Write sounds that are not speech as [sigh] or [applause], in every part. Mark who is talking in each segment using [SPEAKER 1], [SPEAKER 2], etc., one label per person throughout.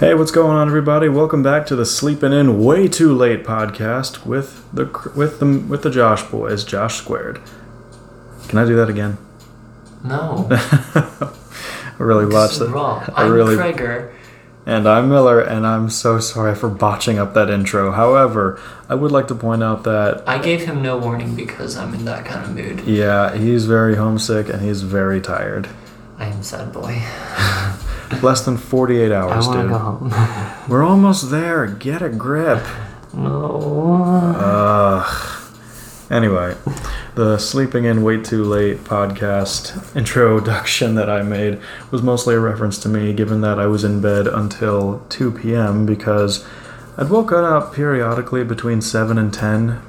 [SPEAKER 1] Hey, what's going on, everybody? Welcome back to the Sleeping In Way Too Late podcast with the with the with the Josh boys, Josh squared. Can I do that again?
[SPEAKER 2] [laughs] No.
[SPEAKER 1] I really
[SPEAKER 2] This
[SPEAKER 1] botched
[SPEAKER 2] is
[SPEAKER 1] it,
[SPEAKER 2] wrong.
[SPEAKER 1] I
[SPEAKER 2] I'm
[SPEAKER 1] really-
[SPEAKER 2] Kreger.
[SPEAKER 1] and I'm Miller, and I'm so sorry for botching up that intro. However, I would like to point out that
[SPEAKER 2] I gave him no warning because I'm in that kind of mood.
[SPEAKER 1] yeah, he's very homesick and he's very tired.
[SPEAKER 2] I am sad boy.
[SPEAKER 1] Less than 48 hours,
[SPEAKER 2] wanna
[SPEAKER 1] dude.
[SPEAKER 2] home.
[SPEAKER 1] We're almost there. Get a grip.
[SPEAKER 2] [laughs]
[SPEAKER 1] Uh,
[SPEAKER 2] no.
[SPEAKER 1] Ugh. Anyway, the sleeping in way too late podcast introduction that I made was mostly a reference to me, given that I was in bed until 2 p.m. because I'd woken up periodically between 7 and 10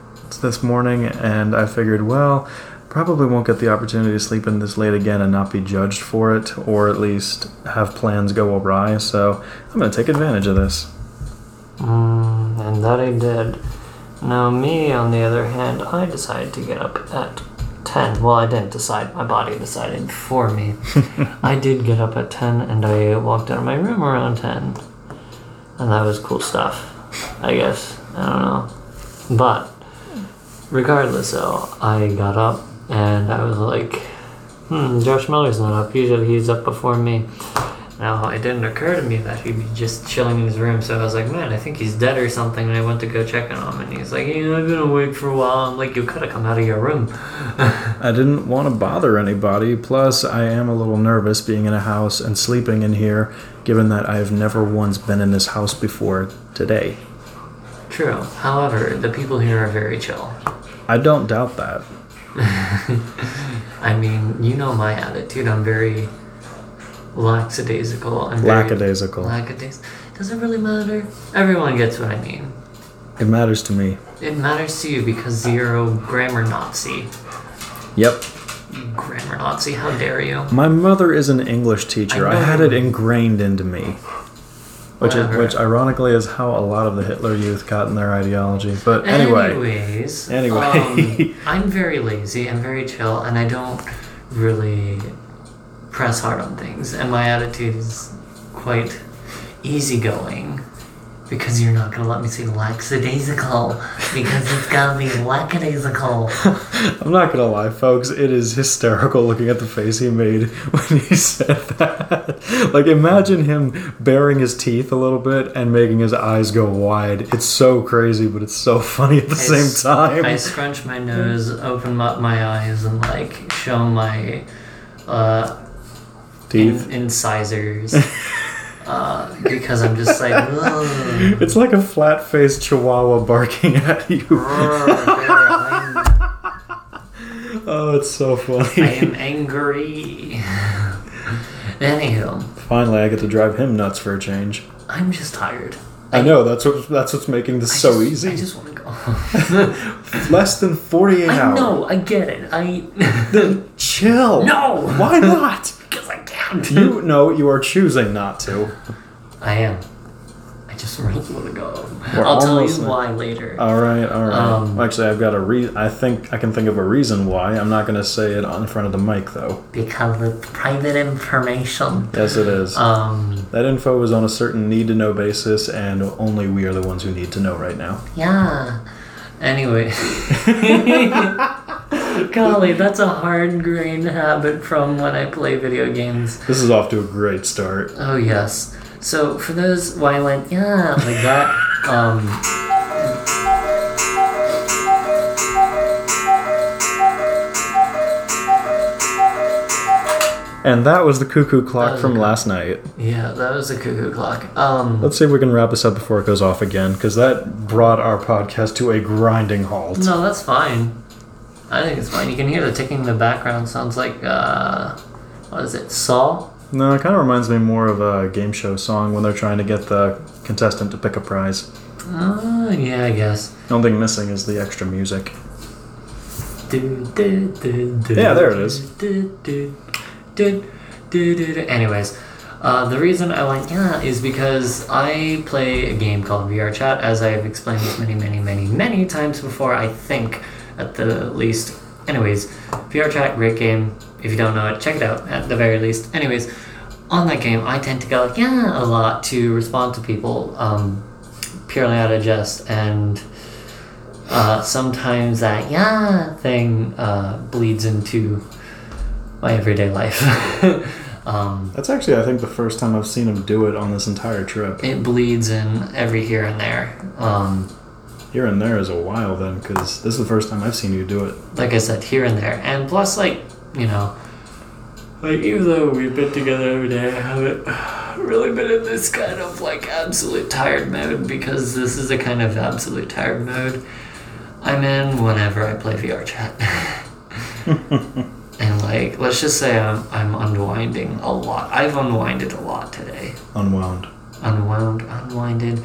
[SPEAKER 1] this morning, and I figured, well, probably won't get the opportunity to sleep in this late again and not be judged for it, or at least have plans go awry, so I'm going to take advantage of this.
[SPEAKER 2] Mm, and that I did. Now, me, on the other hand, I decided to get up at 10. Well, I didn't decide, my body decided for me. I did get up at 10 and I walked out of my room around 10. And that was cool stuff, I guess. I don't know. But, regardless, though, I got up and I was like, hmm, Josh Miller's not up. Usually he's up before me. Now, it didn't occur to me that he'd be just chilling in his room, so I was like, man, I think he's dead or something. And I went to go check on him, and he's like, yeah, I've been awake for a while. I'm like, you could have come out of your room.
[SPEAKER 1] I didn't want to bother anybody. Plus, I am a little nervous being in a house and sleeping in here, given that I have never once been in this house before today.
[SPEAKER 2] True. However, the people here are very chill.
[SPEAKER 1] I don't doubt that.
[SPEAKER 2] I mean, you know my attitude. I'm very lackadaisical. I'm very-
[SPEAKER 1] Lackadaisical.
[SPEAKER 2] Lackadais- Does it really matter? Everyone gets what I mean.
[SPEAKER 1] It matters to me.
[SPEAKER 2] It matters to you because you're a grammar Nazi.
[SPEAKER 1] Yep.
[SPEAKER 2] You grammar Nazi, how dare you?
[SPEAKER 1] My mother is an English teacher.
[SPEAKER 2] I
[SPEAKER 1] I,
[SPEAKER 2] know.
[SPEAKER 1] had it ingrained into me. Which, is,
[SPEAKER 2] Whatever.
[SPEAKER 1] which ironically is how a lot of the Hitler youth got in their ideology. But anyway,
[SPEAKER 2] Anyways.
[SPEAKER 1] Anyway.
[SPEAKER 2] um, I'm very lazy. I'm very chill, and I don't really press hard on things. And my attitude is quite easygoing because you're not gonna let me say lackadaisical because it's gotta be lackadaisical.
[SPEAKER 1] I'm not gonna lie, folks. It is hysterical looking at the face he made [laughs] when he said that. Like, imagine him baring his teeth a little bit and making his eyes go wide. It's so crazy, but it's so [laughs] funny at the
[SPEAKER 2] I
[SPEAKER 1] [laughs]
[SPEAKER 2] s-
[SPEAKER 1] same time.
[SPEAKER 2] I scrunch my nose, open up my eyes, and like show my uh,
[SPEAKER 1] Teeth.
[SPEAKER 2] in- incisors.
[SPEAKER 1] [laughs]
[SPEAKER 2] Uh, because I'm just like, "Ugh."
[SPEAKER 1] It's like a flat faced chihuahua barking [laughs] at you.
[SPEAKER 2] I
[SPEAKER 1] Oh, it's so [laughs] funny.
[SPEAKER 2] am angry. Anywho,
[SPEAKER 1] Finally, I get to drive him nuts for a change.
[SPEAKER 2] I'm just tired.
[SPEAKER 1] I know that's what that's what's making this
[SPEAKER 2] I
[SPEAKER 1] so
[SPEAKER 2] just-
[SPEAKER 1] easy.
[SPEAKER 2] I just want to go home.
[SPEAKER 1] Less than 48
[SPEAKER 2] I
[SPEAKER 1] hours.
[SPEAKER 2] know, I [laughs] get it. I.
[SPEAKER 1] Chill.
[SPEAKER 2] No!
[SPEAKER 1] Why not?
[SPEAKER 2] [laughs] Because I can't.
[SPEAKER 1] you know you are choosing not to.
[SPEAKER 2] I am. I just really want to go home.
[SPEAKER 1] We're
[SPEAKER 2] I'll tell you
[SPEAKER 1] almost there.
[SPEAKER 2] why later.
[SPEAKER 1] All right, all right.
[SPEAKER 2] Um,
[SPEAKER 1] Actually, I've got a re. I think I can think of a reason why. I'm not going to say it on in front of the mic, though.
[SPEAKER 2] because it's private information.
[SPEAKER 1] Yes, it is.
[SPEAKER 2] Um,
[SPEAKER 1] that info is on a certain need to know basis, and only we are the ones who need to know right now.
[SPEAKER 2] yeah. Anyway. [laughs] Golly, that's a hard grained habit from when I play video games.
[SPEAKER 1] This is off to a great start.
[SPEAKER 2] Oh yes. So for those why I went yeah like that. um,
[SPEAKER 1] And that was the cuckoo clock
[SPEAKER 2] was
[SPEAKER 1] from
[SPEAKER 2] okay.
[SPEAKER 1] last night.
[SPEAKER 2] yeah, that was a cuckoo clock. Um,
[SPEAKER 1] Let's see if we can wrap this up before it goes off again, because that brought our podcast to a grinding halt.
[SPEAKER 2] no, that's fine. I think it's fine. You can hear the ticking in the background. Sounds like uh, what is it? Saw.
[SPEAKER 1] No, it kind of reminds me more of a game show song when they're trying to get the contestant to pick a prize.
[SPEAKER 2] Oh yeah, I guess.
[SPEAKER 1] The only thing missing is the extra music.
[SPEAKER 2] Do, do, do, do,
[SPEAKER 1] Yeah, there it is.
[SPEAKER 2] Do, do, do, do, do, do. Anyways, uh, the reason I went yeah is because I play a game called VR Chat, as I have explained this many, many, many, many times before. I think, at the least. Anyways, VR Chat, great game. If you don't know it, check it out at the very least. Anyways, on that game, I tend to go like, yeah, a lot to respond to people um, purely out of jest, and uh, sometimes that yeah thing uh, bleeds into my everyday life. [laughs] um,
[SPEAKER 1] That's actually, I think, the first time I've seen him do it on this entire trip.
[SPEAKER 2] it bleeds in every here and there. Um,
[SPEAKER 1] Here and there is a while then, because this is the first time I've seen you do it.
[SPEAKER 2] like I said, here and there. And plus, like, you know, like, even though we've been together every day, I haven't [sighs] really been in this kind of, like, absolute tired mode because this is a kind of absolute tired mode I'm in whenever I play VR chat. [laughs] and, like, let's just say I'm, I'm unwinding a lot. I've unwinded a lot today.
[SPEAKER 1] Unwound.
[SPEAKER 2] Unwound, unwinded.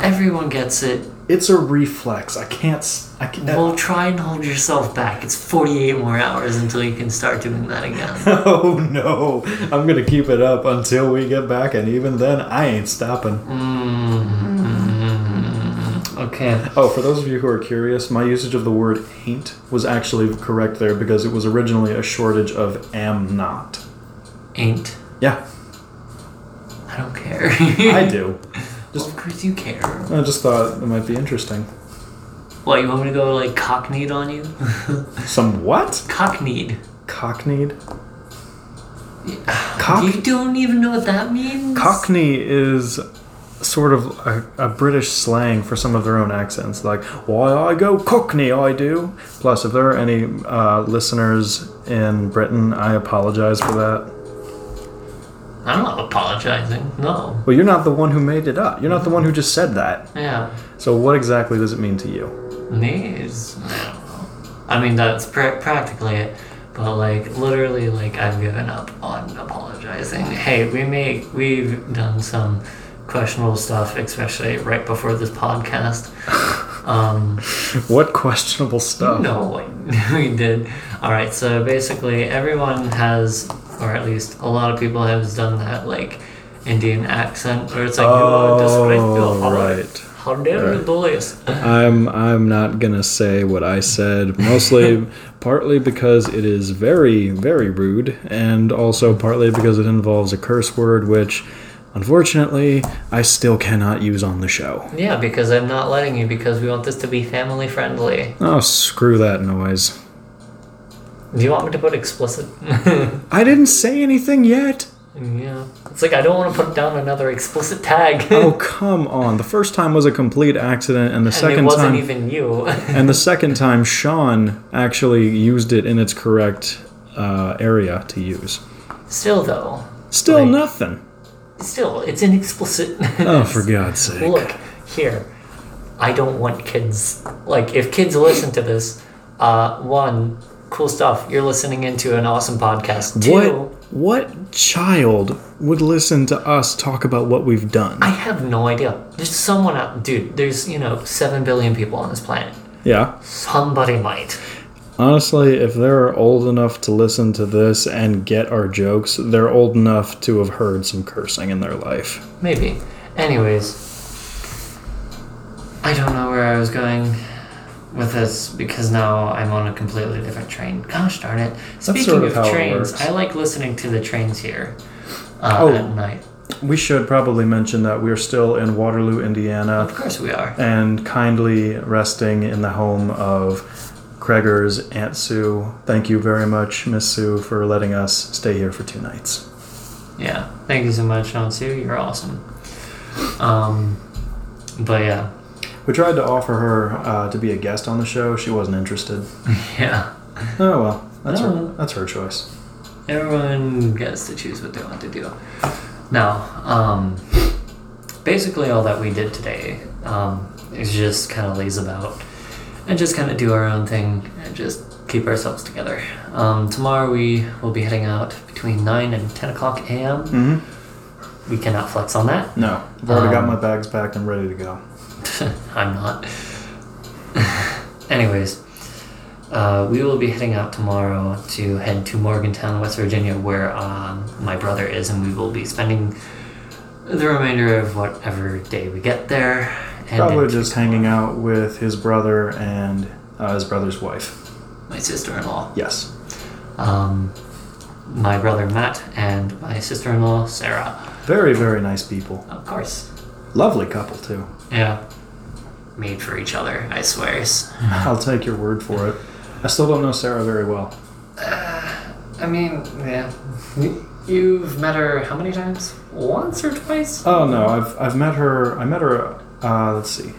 [SPEAKER 2] Everyone gets it.
[SPEAKER 1] It's a reflex. I can't. s- I [laughs] can't.
[SPEAKER 2] Well, try and hold yourself back. It's 48 more hours until you can start doing that
[SPEAKER 1] [laughs]
[SPEAKER 2] again.
[SPEAKER 1] Oh no! I'm gonna keep it up until we get back, and even then, I ain't stopping.
[SPEAKER 2] Mm, okay.
[SPEAKER 1] Oh, for those of you who are curious, my usage of the word "ain't" was actually correct there because it was originally a shortage of "am not."
[SPEAKER 2] Ain't.
[SPEAKER 1] Yeah,
[SPEAKER 2] I don't care. [laughs]
[SPEAKER 1] I do.
[SPEAKER 2] Of course you care.
[SPEAKER 1] I just thought it might be interesting.
[SPEAKER 2] What, you want me to go like cockneyed on you?
[SPEAKER 1] Some what?
[SPEAKER 2] cockneyed.
[SPEAKER 1] Cockneyed. Cock.
[SPEAKER 2] You don't even know what that means?
[SPEAKER 1] Cockney is sort of a, a British slang for some of their own accents. Like, why I go Cockney, I do. Plus, if there are any uh, listeners in Britain, I apologize for that.
[SPEAKER 2] I'm not apologizing. No.
[SPEAKER 1] Well, you're not the one who made it up. You're not the one who just said that.
[SPEAKER 2] Yeah.
[SPEAKER 1] So, what exactly does it mean to you? [laughs]
[SPEAKER 2] Knees? I don't know. I mean, that's pra- practically it. But like, literally, like I've given up on apologizing. Hey, we may we've done some questionable stuff, especially right before
[SPEAKER 1] [laughs]
[SPEAKER 2] this podcast. Um,
[SPEAKER 1] What questionable stuff?
[SPEAKER 2] no, we [laughs] did. All right, so basically, everyone has, or at least a lot of people has done that, like Indian accent, where it's like, "Yo, this is what I feel.
[SPEAKER 1] Oh,
[SPEAKER 2] How do I-
[SPEAKER 1] right.
[SPEAKER 2] How dare you do this?
[SPEAKER 1] I'm I'm not gonna say what I said. [laughs] Mostly, partly because it is very very rude, and also partly because it involves a curse word, which, unfortunately, I still cannot use on the show.
[SPEAKER 2] Yeah, because I'm not letting you because we want this to be family friendly.
[SPEAKER 1] Oh, screw that noise!
[SPEAKER 2] Do you want me to put explicit? [laughs]
[SPEAKER 1] I didn't say anything yet.
[SPEAKER 2] yeah. It's like I don't want to put down another explicit tag. [laughs]
[SPEAKER 1] Oh come on! The first time was a complete accident, and the
[SPEAKER 2] and it
[SPEAKER 1] second
[SPEAKER 2] wasn't
[SPEAKER 1] time
[SPEAKER 2] even you. [laughs]
[SPEAKER 1] and the second time Sean actually used it in its correct uh, area to use.
[SPEAKER 2] still though.
[SPEAKER 1] Still
[SPEAKER 2] Like-
[SPEAKER 1] nothing.
[SPEAKER 2] Still, it's an [laughs] explicit
[SPEAKER 1] Oh, for God's sake!
[SPEAKER 2] Look, here. I don't want kids like if kids listen to this, uh one, cool stuff. You're listening into an awesome podcast. Two
[SPEAKER 1] What what child would listen to us talk about what we've done?
[SPEAKER 2] I have no idea. There's someone out dude, there's you know, seven billion people on this planet.
[SPEAKER 1] yeah.
[SPEAKER 2] Somebody might.
[SPEAKER 1] Honestly, if they're old enough to listen to this and get our jokes, they're old enough to have heard some cursing in their life.
[SPEAKER 2] Maybe. Anyways, I don't know where I was going with this because now I'm on a completely different train. Gosh darn it. Speaking
[SPEAKER 1] sort of
[SPEAKER 2] of,
[SPEAKER 1] how it
[SPEAKER 2] trains,
[SPEAKER 1] works.
[SPEAKER 2] I like listening to the trains here uh,
[SPEAKER 1] Oh.
[SPEAKER 2] at night.
[SPEAKER 1] We should probably mention that we're still in Waterloo, Indiana,
[SPEAKER 2] Of course we are.
[SPEAKER 1] and kindly resting in the home of Craigers Aunt Sue. Thank you very much, Miss Sue, for letting us stay here for two nights.
[SPEAKER 2] Yeah. Thank you so much, Shansu. You're awesome. Um,
[SPEAKER 1] [laughs]
[SPEAKER 2] but yeah.
[SPEAKER 1] We tried to offer her uh, to be a guest on the show. She wasn't interested.
[SPEAKER 2] Yeah.
[SPEAKER 1] Oh well, that's
[SPEAKER 2] Oh,
[SPEAKER 1] her.
[SPEAKER 2] well.
[SPEAKER 1] That's her choice.
[SPEAKER 2] Everyone gets to choose what they want to do. Now, um, basically, all that we did today um, is just kind of laze about and just kind of do our own thing and just keep ourselves together. Um, tomorrow, we will be heading out between 9 and 10 o'clock a.m.
[SPEAKER 1] Mm-hmm.
[SPEAKER 2] We cannot flex on that.
[SPEAKER 1] No, I've already got
[SPEAKER 2] Um,
[SPEAKER 1] my bags packed. I'm ready to go.
[SPEAKER 2] [laughs] I'm not. Anyways, uh, we will be heading out tomorrow to head to Morgantown, West Virginia, where um, my brother is, and we will be spending the remainder of whatever day we get there. And
[SPEAKER 1] Probably
[SPEAKER 2] into
[SPEAKER 1] just hanging out with his brother and uh, his brother's wife.
[SPEAKER 2] my sister-in-law.
[SPEAKER 1] Yes.
[SPEAKER 2] Um, my brother Matt and my sister in law Sarah.
[SPEAKER 1] Very, very nice people.
[SPEAKER 2] Of course.
[SPEAKER 1] Lovely couple,
[SPEAKER 2] [laughs]
[SPEAKER 1] too.
[SPEAKER 2] Yeah. Made for each other, I swear.
[SPEAKER 1] I'll take your word for it. I still don't know Sarah very well.
[SPEAKER 2] I mean, yeah. You've met her how many times? Once or twice?
[SPEAKER 1] Oh no, I've I've met her. I met her. Uh, let's see.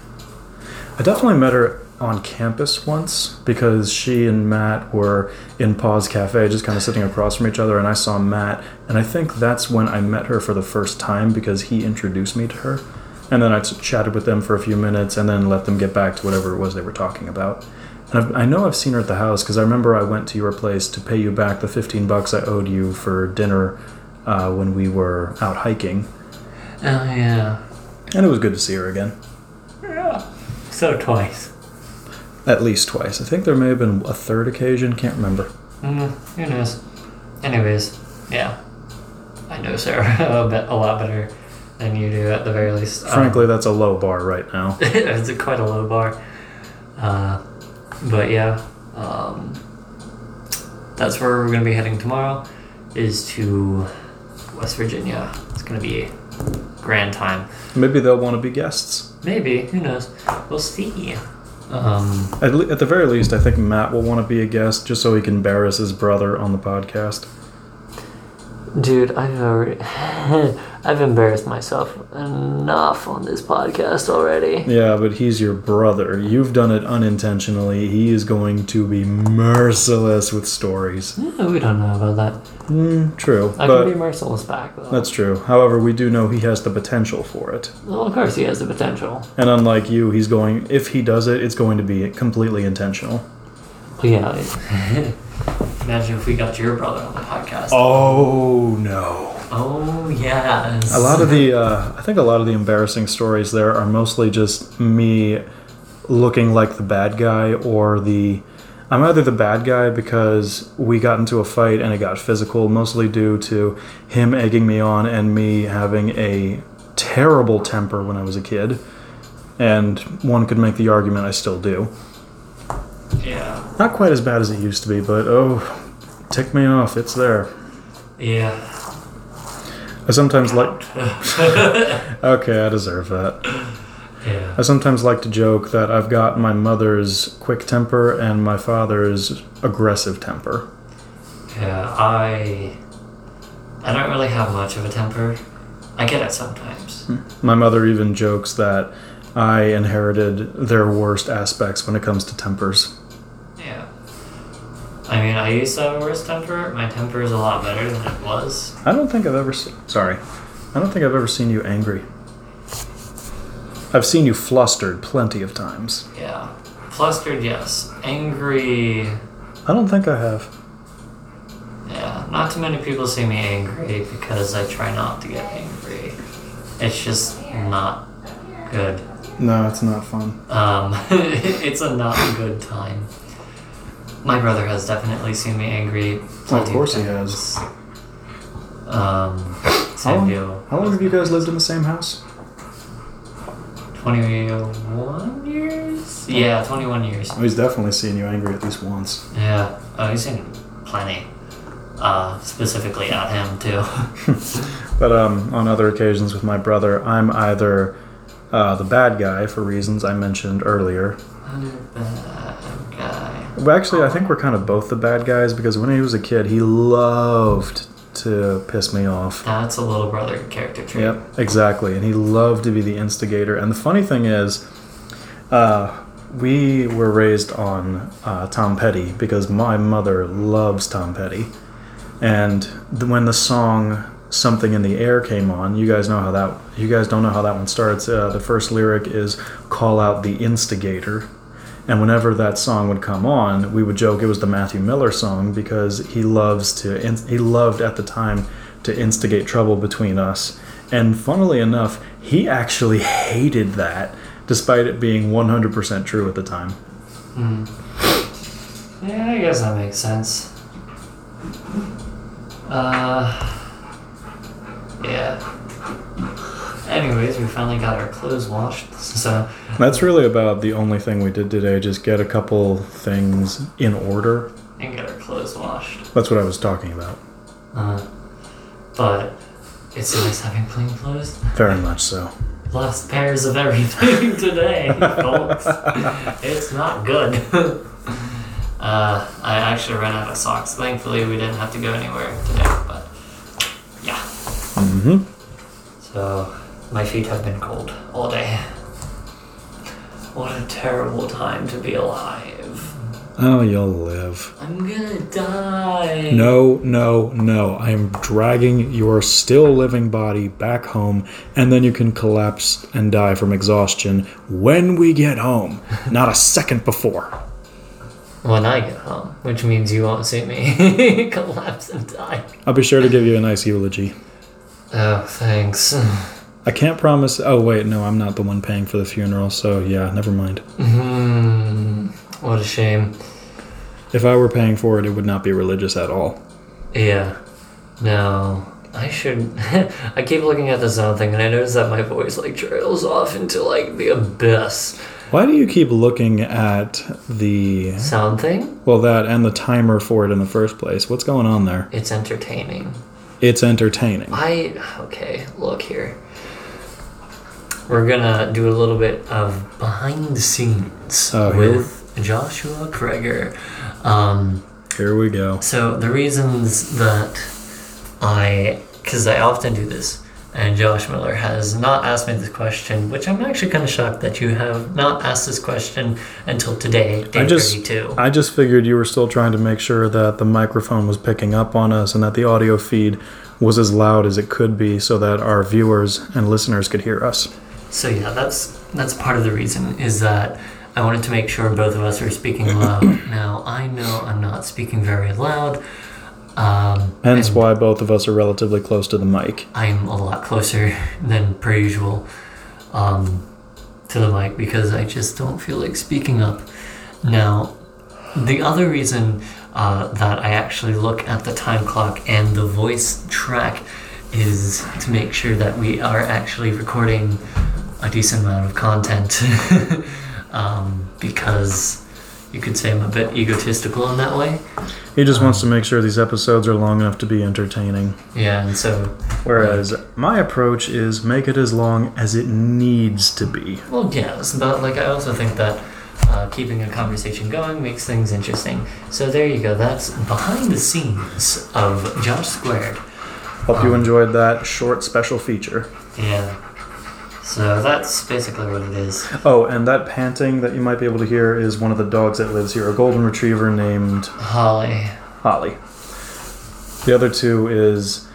[SPEAKER 1] I definitely met her on campus once because she and Matt were in Paws Cafe, just kind of sitting across from each other, and I saw Matt, and I think that's when I met her for the first time because he introduced me to her, and then I t- chatted with them for a few minutes, and then let them get back to whatever it was they were talking about. And I've, I know I've seen her at the house because I remember I went to your place to pay you back the fifteen bucks I owed you for dinner uh, when we were out hiking.
[SPEAKER 2] Oh, yeah.
[SPEAKER 1] And it was good to see her again.
[SPEAKER 2] Yeah. So twice.
[SPEAKER 1] At least twice. I think there may have been a third occasion, can't remember.
[SPEAKER 2] Mm, who knows? Anyways, yeah. I know Sarah [laughs] a, bit, a lot better than you do at the very least. Um,
[SPEAKER 1] Frankly, that's a low bar right now.
[SPEAKER 2] [laughs] it's a quite a low bar. Uh, but yeah, um, that's where we're going to be heading tomorrow. Is to West Virginia. It's going to be a grand time.
[SPEAKER 1] Maybe they'll want to be guests.
[SPEAKER 2] Maybe who knows? We'll see. Um,
[SPEAKER 1] At, le- at the very least, I think Matt will want to be a guest just so he can embarrass his brother on the podcast.
[SPEAKER 2] dude, I've already, [laughs] I've embarrassed myself enough on this podcast already.
[SPEAKER 1] Yeah, but he's your brother. You've done it unintentionally. He is going to be merciless with stories.
[SPEAKER 2] No, we don't know about that.
[SPEAKER 1] Mm, true,
[SPEAKER 2] I
[SPEAKER 1] but
[SPEAKER 2] can be merciless back though.
[SPEAKER 1] that's true. However, we do know he has the potential for it.
[SPEAKER 2] well, of course, he has the potential.
[SPEAKER 1] And unlike you, he's going, if he does it, it's going to be completely intentional.
[SPEAKER 2] Yeah.
[SPEAKER 1] [laughs]
[SPEAKER 2] Imagine if we got your brother on the podcast.
[SPEAKER 1] Oh no!
[SPEAKER 2] Oh yes.
[SPEAKER 1] A lot of the, uh, I think a lot of the embarrassing stories there are mostly just me looking like the bad guy or the. I'm either the bad guy because we got into a fight and it got physical, mostly due to him egging me on and me having a terrible temper when I was a kid. And one could make the argument I still do.
[SPEAKER 2] yeah.
[SPEAKER 1] Not quite as bad as it used to be, but oh, tick me off, it's there.
[SPEAKER 2] Yeah.
[SPEAKER 1] I sometimes like.
[SPEAKER 2] [laughs]
[SPEAKER 1] okay, I deserve that.
[SPEAKER 2] Yeah.
[SPEAKER 1] I sometimes like to joke that I've got my mother's quick temper and my father's aggressive temper.
[SPEAKER 2] Yeah. I I don't really have much of a temper. I get it sometimes.
[SPEAKER 1] My mother even jokes that I inherited their worst aspects when it comes to tempers.
[SPEAKER 2] Yeah. I mean, I used to have a worse temper. My temper is a lot better than it was.
[SPEAKER 1] I don't think I've ever seen. Sorry. I don't think I've ever seen you angry. I've seen you flustered plenty of times.
[SPEAKER 2] Yeah. Flustered, yes. Angry.
[SPEAKER 1] I don't think I have.
[SPEAKER 2] Yeah, not too many people see me angry because I try not to get angry. It's just not good.
[SPEAKER 1] No, it's not fun.
[SPEAKER 2] Um, [laughs] it's a not good time. My brother has definitely seen me angry. plenty
[SPEAKER 1] course he
[SPEAKER 2] times. Um,
[SPEAKER 1] How
[SPEAKER 2] same
[SPEAKER 1] long,
[SPEAKER 2] deal.
[SPEAKER 1] how long have you guys lived in the same house?
[SPEAKER 2] 21 years? Yeah, 21 years.
[SPEAKER 1] Oh, he's definitely seen you angry at least once.
[SPEAKER 2] Yeah, oh, he's seen plenty. Uh, specifically at him, too. [laughs]
[SPEAKER 1] But um, on other occasions with my brother, I'm either uh, the bad guy for reasons I mentioned earlier.
[SPEAKER 2] Bad guy.
[SPEAKER 1] Well, actually, I think we're kind of both the bad guys because when he was a kid, he loved to piss me off.
[SPEAKER 2] That's a little brother character trait.
[SPEAKER 1] Yep, exactly. And he loved to be the instigator. And the funny thing is, uh, we were raised on uh, Tom Petty because my mother loves Tom Petty. And th- when the song "Something in the Air" came on, you guys know how that. You guys don't know how that one starts. Uh, the first lyric is "Call out the instigator." And whenever that song would come on, we would joke it was the Matthew Miller song because he loves to in- he loved at the time to instigate trouble between us. And funnily enough, he actually hated that despite it being 100% true at the time.
[SPEAKER 2] Hmm. Yeah, I guess that makes sense. Uh, yeah. Anyways, we finally got our clothes washed, [laughs] so
[SPEAKER 1] That's really about the only thing we did today, just get a couple things in order.
[SPEAKER 2] and get our clothes washed.
[SPEAKER 1] That's what I was talking about.
[SPEAKER 2] Uh, but it's nice having plain clothes.
[SPEAKER 1] Very much so.
[SPEAKER 2] Lost pairs of everything [laughs] today, folks. It's not good. [laughs] uh, I actually ran out of socks. Thankfully, we didn't have to go anywhere today, but yeah.
[SPEAKER 1] Mm-hmm.
[SPEAKER 2] So my feet have been cold all day. What a terrible time to be alive.
[SPEAKER 1] Oh, you'll live.
[SPEAKER 2] I'm gonna die.
[SPEAKER 1] No, no, no. I am dragging your still living body back home, and then you can collapse and die from exhaustion when we get home, not a second before.
[SPEAKER 2] When I get home, which means you won't see me [laughs] collapse and die.
[SPEAKER 1] I'll be sure to give you a nice eulogy.
[SPEAKER 2] Oh, thanks.
[SPEAKER 1] I can't promise. Oh, wait, no, I'm not the one paying for the funeral, so yeah, never mind.
[SPEAKER 2] Hmm. What a shame.
[SPEAKER 1] If I were paying for it, it would not be religious at all.
[SPEAKER 2] Yeah. No. I should. [laughs] I keep looking at the sound thing, and I notice that my voice like trails off into like the abyss.
[SPEAKER 1] Why do you keep looking at the.
[SPEAKER 2] Sound thing?
[SPEAKER 1] Well, that and the timer for it in the first place? What's going on there?
[SPEAKER 2] It's entertaining.
[SPEAKER 1] It's entertaining.
[SPEAKER 2] I okay. Look here. We're gonna do a little bit of behind the scenes
[SPEAKER 1] Oh, here we-
[SPEAKER 2] with Joshua Kreger. Um,
[SPEAKER 1] Here we go.
[SPEAKER 2] so the reasons that I, because I often do this, and Josh Miller has not asked me this question, which I'm actually kind of shocked that you have not asked this question until today, day
[SPEAKER 1] I just-
[SPEAKER 2] 32.
[SPEAKER 1] I just figured you were still trying to make sure that the microphone was picking up on us and that the audio feed was as loud as it could be so that our viewers and listeners could hear us.
[SPEAKER 2] So yeah, that's that's part of the reason is that I wanted to make sure both of us are speaking
[SPEAKER 1] [clears throat]
[SPEAKER 2] loud. now I know I'm not speaking very loud. Um,
[SPEAKER 1] Hence
[SPEAKER 2] and
[SPEAKER 1] why both of us are relatively close to the mic.
[SPEAKER 2] I'm a lot closer [laughs] than per usual um, to the mic because I just don't feel like speaking up. Now, the other reason uh, that I actually look at the time clock and the voice track is to make sure that we are actually recording a decent amount of content [laughs] um, because you could say I'm a bit egotistical in that way.
[SPEAKER 1] He just wants to make sure these episodes are long enough to be entertaining.
[SPEAKER 2] Yeah, and so
[SPEAKER 1] Whereas my approach is make it as long as it needs to be.
[SPEAKER 2] Well, yes, but like I also think that uh, keeping a conversation going makes things interesting. So there you go. That's behind the scenes of Josh Squared.
[SPEAKER 1] Hope you enjoyed that short special feature.
[SPEAKER 2] Yeah. So that's basically what it is.
[SPEAKER 1] Oh, and that panting that you might be able to hear is one of the dogs that lives here, a golden retriever named
[SPEAKER 2] Holly,
[SPEAKER 1] Holly. The other two is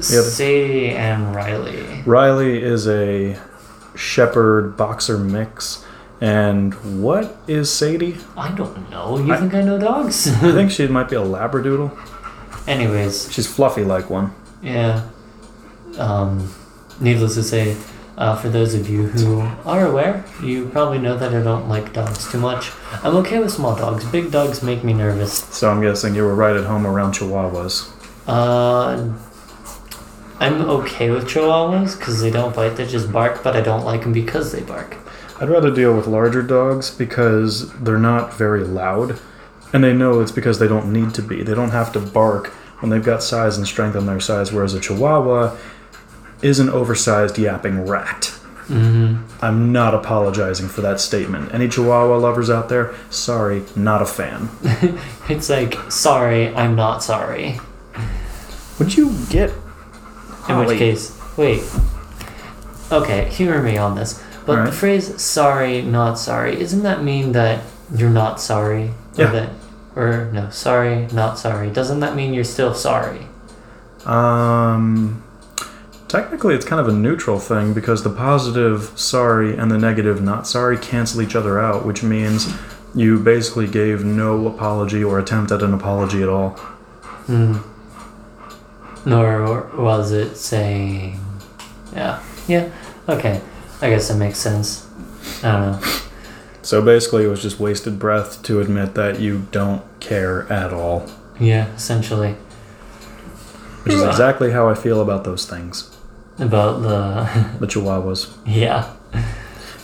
[SPEAKER 2] Sadie, and Riley.
[SPEAKER 1] Riley is a shepherd boxer mix, and what is Sadie?
[SPEAKER 2] I don't know. You
[SPEAKER 1] I-
[SPEAKER 2] think I know dogs? [laughs]
[SPEAKER 1] I think she might be a labradoodle.
[SPEAKER 2] Anyways,
[SPEAKER 1] She's fluffy like one.
[SPEAKER 2] Yeah. Um, needless to say, uh, for those of you who are aware, you probably know that I don't like dogs too much. I'm okay with small dogs. Big dogs make me nervous.
[SPEAKER 1] So I'm guessing you were right at home around chihuahuas.
[SPEAKER 2] Uh, I'm okay with chihuahuas because they don't bite, they just bark, but I don't like them because they bark.
[SPEAKER 1] I'd rather deal with larger dogs because they're not very loud, and they know it's because they don't need to be. They don't have to bark when they've got size and strength on their size, whereas a chihuahua is an oversized yapping rat.
[SPEAKER 2] Mm-hmm.
[SPEAKER 1] I'm not apologizing for that statement. Any Chihuahua lovers out there? Sorry, not a fan.
[SPEAKER 2] It's like, sorry, I'm not sorry.
[SPEAKER 1] Would you get
[SPEAKER 2] In
[SPEAKER 1] Holly?
[SPEAKER 2] which case, wait. Okay, humor me on this. But the
[SPEAKER 1] Alright.
[SPEAKER 2] phrase sorry, not sorry, isn't that mean that you're not sorry? Or
[SPEAKER 1] Yeah.
[SPEAKER 2] that, or no, sorry, not sorry. Doesn't that mean you're still sorry?
[SPEAKER 1] Um, technically, it's kind of a neutral thing because the positive sorry and the negative not sorry cancel each other out, which means you basically gave no apology or attempt at an apology at all.
[SPEAKER 2] Hmm. Nor was it saying. Yeah. Yeah. Okay. I guess that makes sense. I don't know.
[SPEAKER 1] So basically, it was just wasted breath to admit that you don't care at all,
[SPEAKER 2] Yeah, essentially.
[SPEAKER 1] which is exactly how I feel about those things.
[SPEAKER 2] About the. [laughs]
[SPEAKER 1] The Chihuahuas.
[SPEAKER 2] yeah.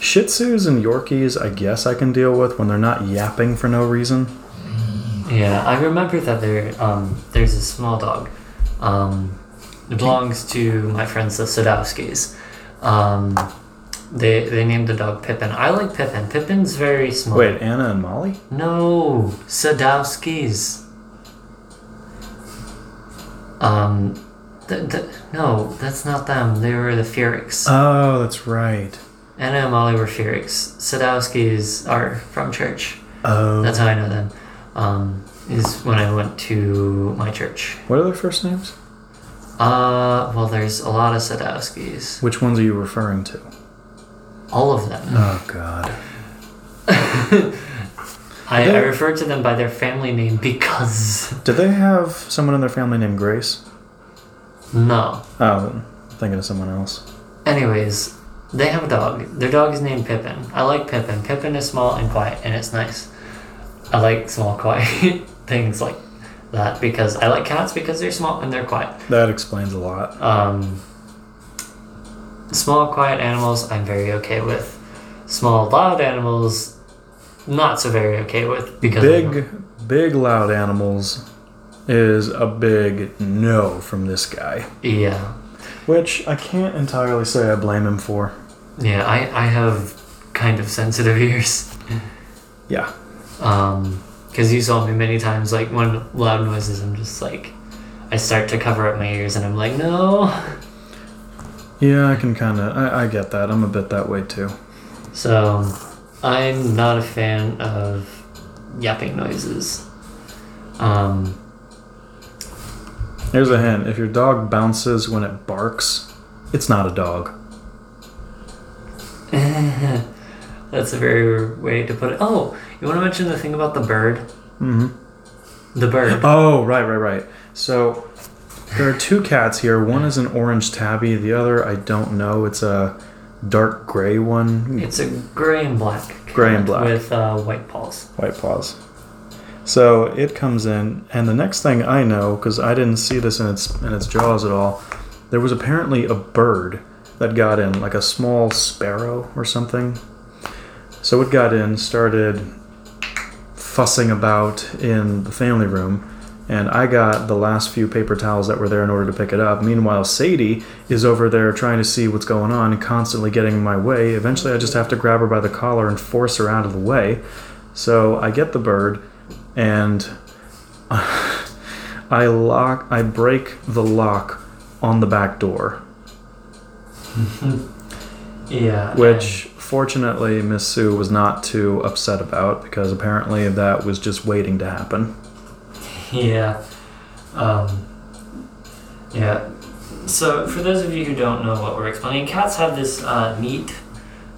[SPEAKER 1] Shih Tzus and Yorkies, I guess I can deal with when they're not yapping for no reason.
[SPEAKER 2] Yeah, I remember that there um, there's a small dog Um, it belongs to my friends the Sadowskis. Um, they they named the dog Pippin. I like Pippin. Pippin's very smart.
[SPEAKER 1] Wait, Anna and Molly?
[SPEAKER 2] No, Sadowskis. Um, th- th- no, that's not them. They were the Furics.
[SPEAKER 1] Oh, that's right.
[SPEAKER 2] Anna and Molly were Furics. Sadowskis are from church.
[SPEAKER 1] Oh.
[SPEAKER 2] That's how I know them. Um, is when I went to my church.
[SPEAKER 1] what are their first names?
[SPEAKER 2] Uh, well, there's a lot of Sadowskis.
[SPEAKER 1] Which ones are you referring to?
[SPEAKER 2] All of them.
[SPEAKER 1] Oh, God.
[SPEAKER 2] I, I
[SPEAKER 1] They're-
[SPEAKER 2] refer to them by their family name because
[SPEAKER 1] Do they have someone in their family named Grace?
[SPEAKER 2] no.
[SPEAKER 1] Oh, I'm thinking of someone else.
[SPEAKER 2] Anyways, they have a dog. Their dog is named Pippin. I like Pippin. Pippin is small and quiet, and it's nice. I like small, [laughs] quiet things like that because I like cats because they're small and they're quiet.
[SPEAKER 1] That explains a lot.
[SPEAKER 2] Um, small, quiet animals, I'm very okay with. Small, loud animals, not so very okay with because
[SPEAKER 1] Big, big, loud animals is a big no from this guy.
[SPEAKER 2] yeah,
[SPEAKER 1] Which I can't entirely say I blame him for.
[SPEAKER 2] yeah. I I have kind of sensitive [laughs] ears.
[SPEAKER 1] Yeah.
[SPEAKER 2] Um, because you saw me many times, like when loud noises, I'm just like, I start to cover up my ears, and I'm like, no.
[SPEAKER 1] Yeah, I can kind of. I, I get that. I'm a bit that way too.
[SPEAKER 2] So, I'm not a fan of yapping noises. Um,
[SPEAKER 1] Here's a hint if your dog bounces when it barks, it's not a dog.
[SPEAKER 2] that's a very way to put it. Oh, you want to mention the thing about the bird?
[SPEAKER 1] hmm
[SPEAKER 2] The bird.
[SPEAKER 1] [laughs] Oh, right, right, right. So there are two cats here. One is an orange tabby, the other, I don't know. It's a dark gray one.
[SPEAKER 2] It's a gray and black.
[SPEAKER 1] Gray and
[SPEAKER 2] cat
[SPEAKER 1] black.
[SPEAKER 2] With uh, white paws.
[SPEAKER 1] White paws. So it comes in, and the next thing I know, because I didn't see this in its in its jaws at all, there was apparently a bird that got in, like a small sparrow or something. So it got in, started fussing about in the family room, and I got the last few paper towels that were there in order to pick it up. Meanwhile, Sadie is over there trying to see what's going on and constantly getting in my way. Eventually, I just have to grab her by the collar and force her out of the way. So I get the bird, and [laughs] I lock, I break the lock on the back door,
[SPEAKER 2] Yeah.
[SPEAKER 1] which fortunately Miss Sue was not too upset about because apparently that was just waiting to happen.
[SPEAKER 2] Yeah. Um, yeah. So, for those of you who don't know what we're explaining, cats have this uh, neat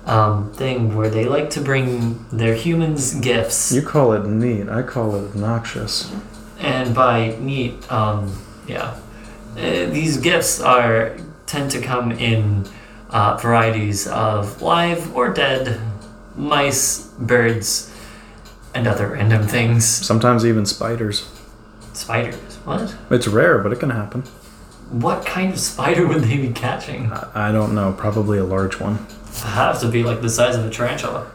[SPEAKER 2] um, thing where they like to bring their humans gifts.
[SPEAKER 1] You call it neat, I call it obnoxious.
[SPEAKER 2] And by neat, um, yeah. Uh, these gifts are tend to come in uh, varieties of live or dead mice, birds, and other random things.
[SPEAKER 1] Sometimes even spiders.
[SPEAKER 2] Spiders. What?
[SPEAKER 1] It's rare, but it can happen.
[SPEAKER 2] What kind of spider [laughs] would they be catching?
[SPEAKER 1] I, I don't know, probably a large one.
[SPEAKER 2] have to be like the size of a tarantula.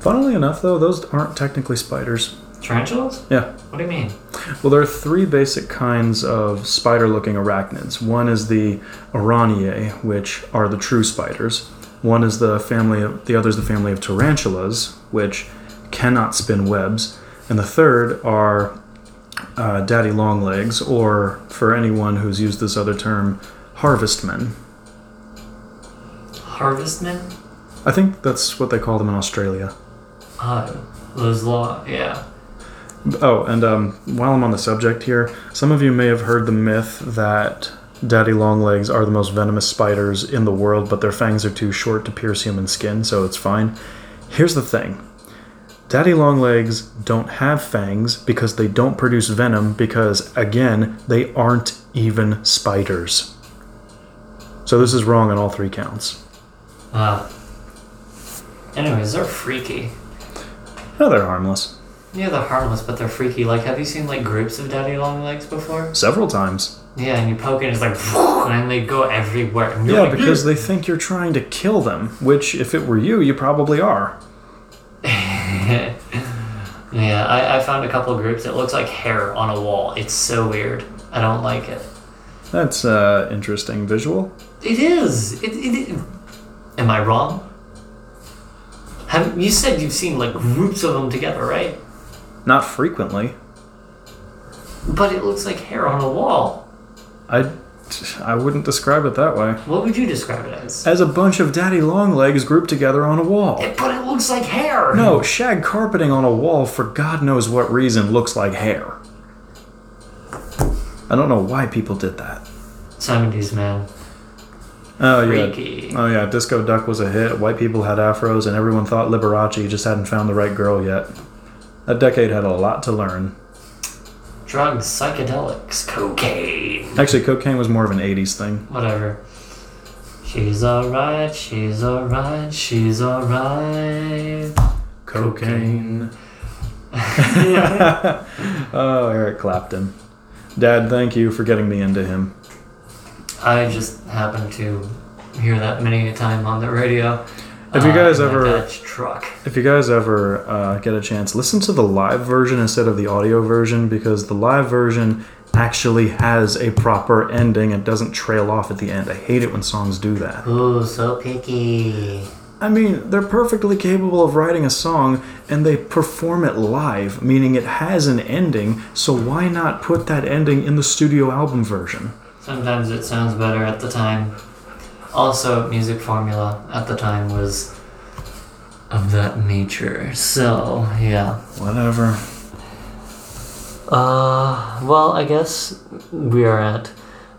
[SPEAKER 1] Funnily enough, though, those aren't technically spiders.
[SPEAKER 2] Tarantulas?
[SPEAKER 1] Yeah.
[SPEAKER 2] What do you mean?
[SPEAKER 1] Well, there are three basic kinds of spider looking arachnids. One is the Araniae, which are the true spiders. One is the family of, the other is the family of tarantulas, which cannot spin webs. And the third are uh, daddy long legs, or for anyone who's used this other term, harvestmen.
[SPEAKER 2] Harvestmen?
[SPEAKER 1] I think that's what they call them in Australia.
[SPEAKER 2] Uh, those law, yeah.
[SPEAKER 1] Oh, and um, while I'm on the subject here, some of you may have heard the myth that daddy longlegs are the most venomous spiders in the world, but their fangs are too short to pierce human skin, so it's fine. Here's the thing daddy longlegs don't have fangs because they don't produce venom, because, again, they aren't even spiders. So this is wrong on all three counts.
[SPEAKER 2] Uh, anyways, they're freaky.
[SPEAKER 1] No, they're harmless.
[SPEAKER 2] Yeah, they're harmless, but they're freaky. Like, have you seen like groups of daddy long legs before?
[SPEAKER 1] Several times.
[SPEAKER 2] Yeah, and you poke it, and it's like, [laughs] and they go everywhere. And you're
[SPEAKER 1] Yeah,
[SPEAKER 2] like,
[SPEAKER 1] because they think you're trying to kill them, which, if it were you, you probably are.
[SPEAKER 2] "Hmm." yeah, I, I found a couple groups. It looks like hair on a wall. It's so weird. I don't like it.
[SPEAKER 1] That's uh, interesting visual.
[SPEAKER 2] It is. It, it, it- Am I wrong? Have, you said you've seen like groups of them together, right?
[SPEAKER 1] Not frequently.
[SPEAKER 2] But it looks like hair on a wall.
[SPEAKER 1] I, I wouldn't describe it that way.
[SPEAKER 2] What would you describe it as?
[SPEAKER 1] As a bunch of daddy long legs grouped together on a wall.
[SPEAKER 2] It- but it looks like hair.
[SPEAKER 1] No, shag carpeting on a wall for God knows what reason looks like hair. I don't know why people did that.
[SPEAKER 2] Seventies man.
[SPEAKER 1] Oh yeah.
[SPEAKER 2] Freaky.
[SPEAKER 1] Oh yeah, Disco Duck was a hit. White people had afros and everyone thought Liberace just hadn't found the right girl yet. That decade had a lot to learn.
[SPEAKER 2] Drugs, psychedelics, cocaine.
[SPEAKER 1] Actually, cocaine was more of an 80s thing.
[SPEAKER 2] Whatever. She's alright, she's alright, she's alright. Cocaine.
[SPEAKER 1] [laughs] oh, Eric Clapton. Dad, thank you for getting me into him.
[SPEAKER 2] I just happened to hear that many a time on the radio.
[SPEAKER 1] Have you guys
[SPEAKER 2] in my
[SPEAKER 1] ever-
[SPEAKER 2] dad's truck?
[SPEAKER 1] If you guys ever uh, get a chance, listen to the live version instead of the audio version because the live version actually has a proper ending and doesn't trail off at the end. I hate it when songs do that.
[SPEAKER 2] Ooh, so picky.
[SPEAKER 1] I mean, they're perfectly capable of writing a song and they perform it live, meaning it has an ending, so why not put that ending in the studio album version?
[SPEAKER 2] Sometimes it sounds better at the time. Also, music formula at the time was of that nature. So, yeah.
[SPEAKER 1] Whatever.
[SPEAKER 2] Uh, well, I guess we are at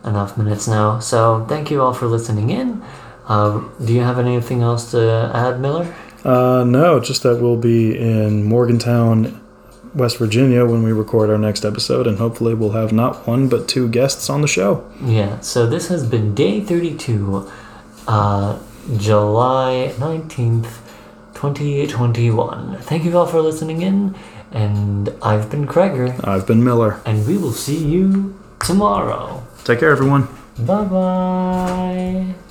[SPEAKER 2] enough minutes now. So, thank you all for listening in. Uh, do you have anything else to add, Miller?
[SPEAKER 1] Uh, no, just that we'll be in Morgantown, West Virginia when we record our next episode, and hopefully we'll have not one but two guests on the show.
[SPEAKER 2] Yeah, so this has been day 32, uh, July 19th, 2021. Thank you all for listening in, and I've been Kreger,
[SPEAKER 1] I've been Miller.
[SPEAKER 2] and we will see you tomorrow.
[SPEAKER 1] Take care, everyone.
[SPEAKER 2] Bye bye.